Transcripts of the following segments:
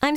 I'm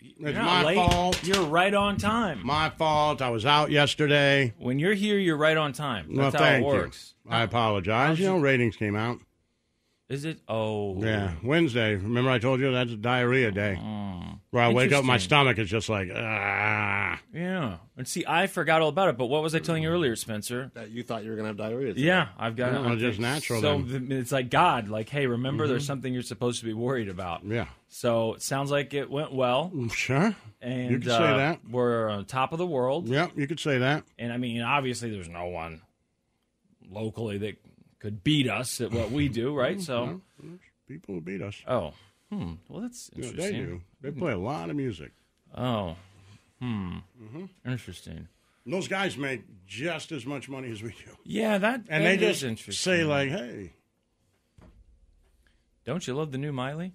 You're not my late. fault. You're right on time. My fault. I was out yesterday. when you're here, you're right on time. That's well, how thank it works. you. I apologize. You know, ratings came out. Is it? Oh. Yeah, Wednesday. Remember, I told you that's diarrhea day. Where I wake up, my Oh. Interesting. stomach is just like ah. Yeah. And see, I forgot all about it, but what was I telling you earlier, Spencer? that you thought you were going to have diarrhea. today. Yeah, I've got No, it. just natural So then. Mm-hmm. th- it's like God, like, hey, remember there's something you're supposed to be worried about. Yeah, Mm, So it sounds like it went well. sure. And you could uh, say that. we're on top of the world. Yeah, you could say that. And I mean, obviously, there's no one locally that could beat us at what we do, right? Mm-hmm. So, People who beat us. oh, hmm. Well, that's Yeah, interesting. they do. They play a lot of music. Oh, hmm. Interesting. And those guys make just as much money as we do, Yeah, that and that they is just interesting. say like, "Hey," "Don't you love the new Miley?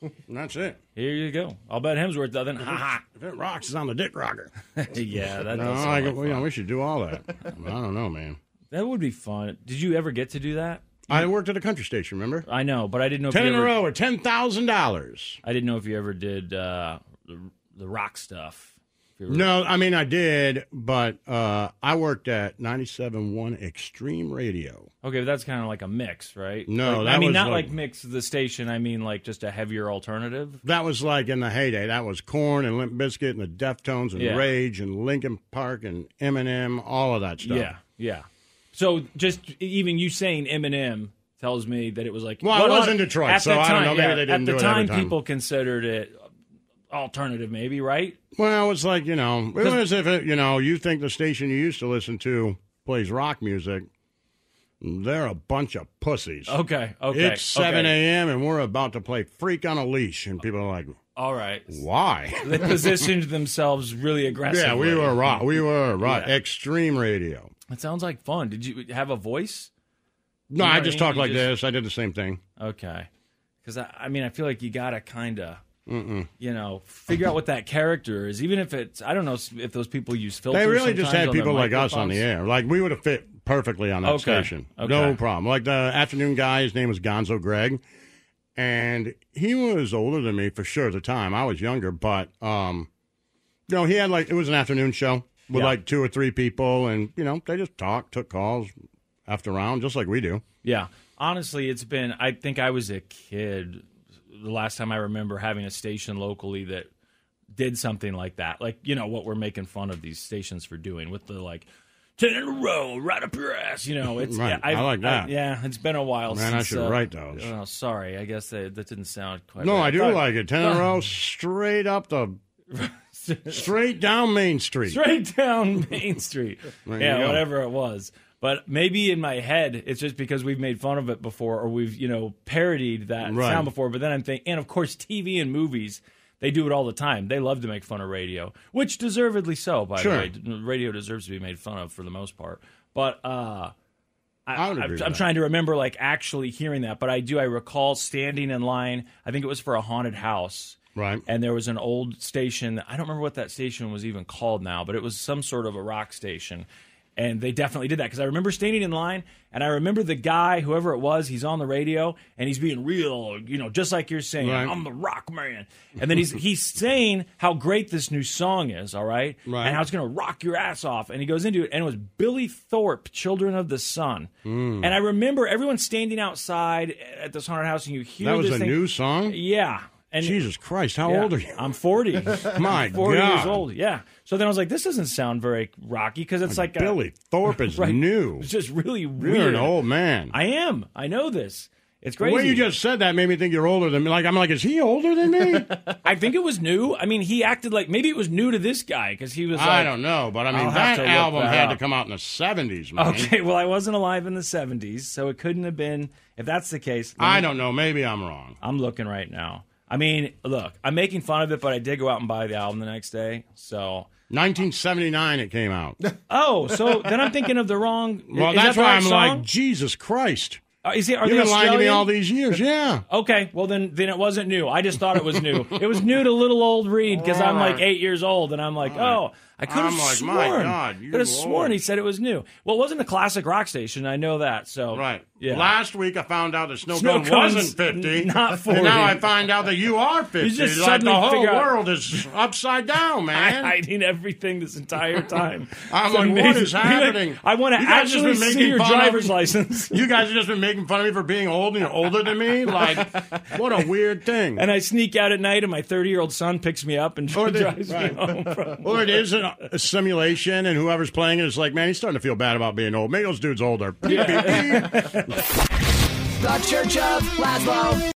and that's it. Here you go. I'll bet Hemsworth doesn't." Ha If it rocks, it's on the dick rocker. ha. yeah, that No, does sound Oh, I, like well, fun. yeah, we should do all that. I don't know, man. That would be fun. Did you ever get to do that? I worked at a country station, remember? I know, but I didn't know. if Ten you in a ever, row or ten thousand dollars. I didn't know if you ever did uh, the, the rock stuff. If you ever- No, I mean I did, but uh, I worked at 97.1 Extreme Radio. Okay, but that's kind of like a mix, right? No, Like- that I mean was not like- like mix the station. I mean like just a heavier alternative. That was like in the heyday. That was Corn and Limp Bizkit and the Deftones and Yeah. Rage and Linkin Park and Eminem, all of that stuff. Yeah, yeah. So just even you saying Eminem tells me that it was like. Well, I was a- in Detroit, at so the I don't time- know. Maybe yeah, they didn't At the do it time, every time. people considered it alternative, maybe right? Well, it's like you know, it was as if it, you know you think the station you used to listen to plays rock music. They're a bunch of pussies. Okay, okay. It's 7 okay. a.m. and we're about to play Freak on a Leash. And people are like, All right. why? They positioned themselves really aggressively. yeah, we were right. We were right. Extreme radio. That sounds like fun. Did you have a voice? No, You know I what I just mean? talked You like just- this. I did the same thing. Okay. Because I, I mean, I feel like you gotta kind of, you know, figure out what that character is. Even if it's, I don't know s- if those people use filters. They really just sometimes had on their people like us on the microphones. air. Like, we would have fit perfectly on that Okay. station. Okay. No problem. Like, the afternoon guy, his name was Gonzo Greg. And he was older than me for sure at the time. I was younger, but, um, you know, he had like, it was an afternoon show with Yeah. like two or three people. And, you know, they just talked, took calls after round, just like we do. Yeah. Honestly, it's been, I think I was a kid the last time I remember having a station locally that did something like that. Like, you know, what we're making fun of these stations for doing with the like, 10 in a row, right up your ass. You know, it's, Right. yeah, I like that. yeah, it's been a while Man, I since. should uh, write those. Oh, sorry. I guess that, that didn't sound quite No, right. I do But- like it. Ten in a row, straight up the, straight down Main Street. straight down Main Street. you yeah, go. whatever it was. But maybe in my head, it's just because we've made fun of it before, or we've you know parodied that Right. sound before. But then I'm thinking, and of course, TV and movies, they do it all the time. They love to make fun of radio, which deservedly so. By Sure. the way, D- radio deserves to be made fun of for the most part. But uh, I would I'm- agree with I'm that. trying to remember like actually hearing that, but I do. I recall standing in line. I think it was for a haunted house, Right. and there was an old station. I don't remember what that station was even called now, but it was some sort of a rock station. And they definitely did that because I remember standing in line and I remember the guy, whoever it was, he's on the radio and he's being real, you know, just like you're saying, Right. I'm the rock man. And then he's he's saying how great this new song is, all right? Right. And how it's going to rock your ass off. And he goes into it and it was Billy Thorpe, Children of the Sun. Hmm. And I remember everyone standing outside at this haunted house and you hear That was this a thing. new song? Yeah. And Jesus Christ, how yeah. old are you? I'm 40. My 40 God. years old. Yeah. So then I was like, this doesn't sound very rocky because it's like, a- Billy Thorpe is Right. new. It's just really weird. You're an old man. I am. I know this. It's the crazy. way you just said that made me think you're older than me. Like I'm like, is he older than me? I think it was new. I mean, he acted like maybe it was new to this guy because he was. I like- don't know, but I I'll mean have that to look album that had up. to come out in the '70s, man. Okay, well, I wasn't alive in the '70s, so it couldn't have been. If that's the case, I don't know. Maybe I'm wrong. I'm looking right now. I mean, look, I'm making fun of it, but I did go out and buy the album the next day. So, 1979, it came out. oh, so then I'm thinking of the wrong. Well, is that's that the why right I'm song? like, Jesus Christ. Uh, Is it? Are You've they been lying to me Australian? all these years. Yeah. Okay, well then, then it wasn't new. I just thought it was new. it was new to little old Reed because I'm like eight years old, and I'm like, oh, I could have I'm like, sworn, my God, you could have sworn old. he said it was new. Well, it wasn't a classic rock station. I know that. So Right. yeah. Last week I found out that Snow, Snow Cone Cone's wasn't 50. not And 40. now I find out that you are 50. just like the suddenly whole figure out- world is upside down, I'm man. hiding everything this entire time. I'm It's like, what amazing. is happening? I want to You guys just actually been making see your fun of- driver's license. you guys have just been making fun of me for being old and you're older than me. Like, what a weird thing. And I sneak out at night, and my 30 year old son picks me up and Or they- drives right. me home. From- or it is an, a simulation, and whoever's playing it is like, man, he's starting to feel bad about being old. Maybe those dudes older. The Church of Laszlo.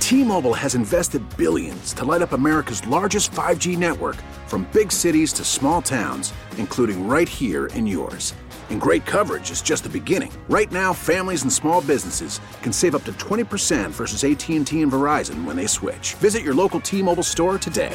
T-Mobile has invested billions to light up America's largest 5G network from big cities to small towns, including right here in yours. And great coverage is just the beginning. Right now, families and small businesses can save up to 20% versus AT&T and Verizon when they switch. Visit your local T-Mobile store today.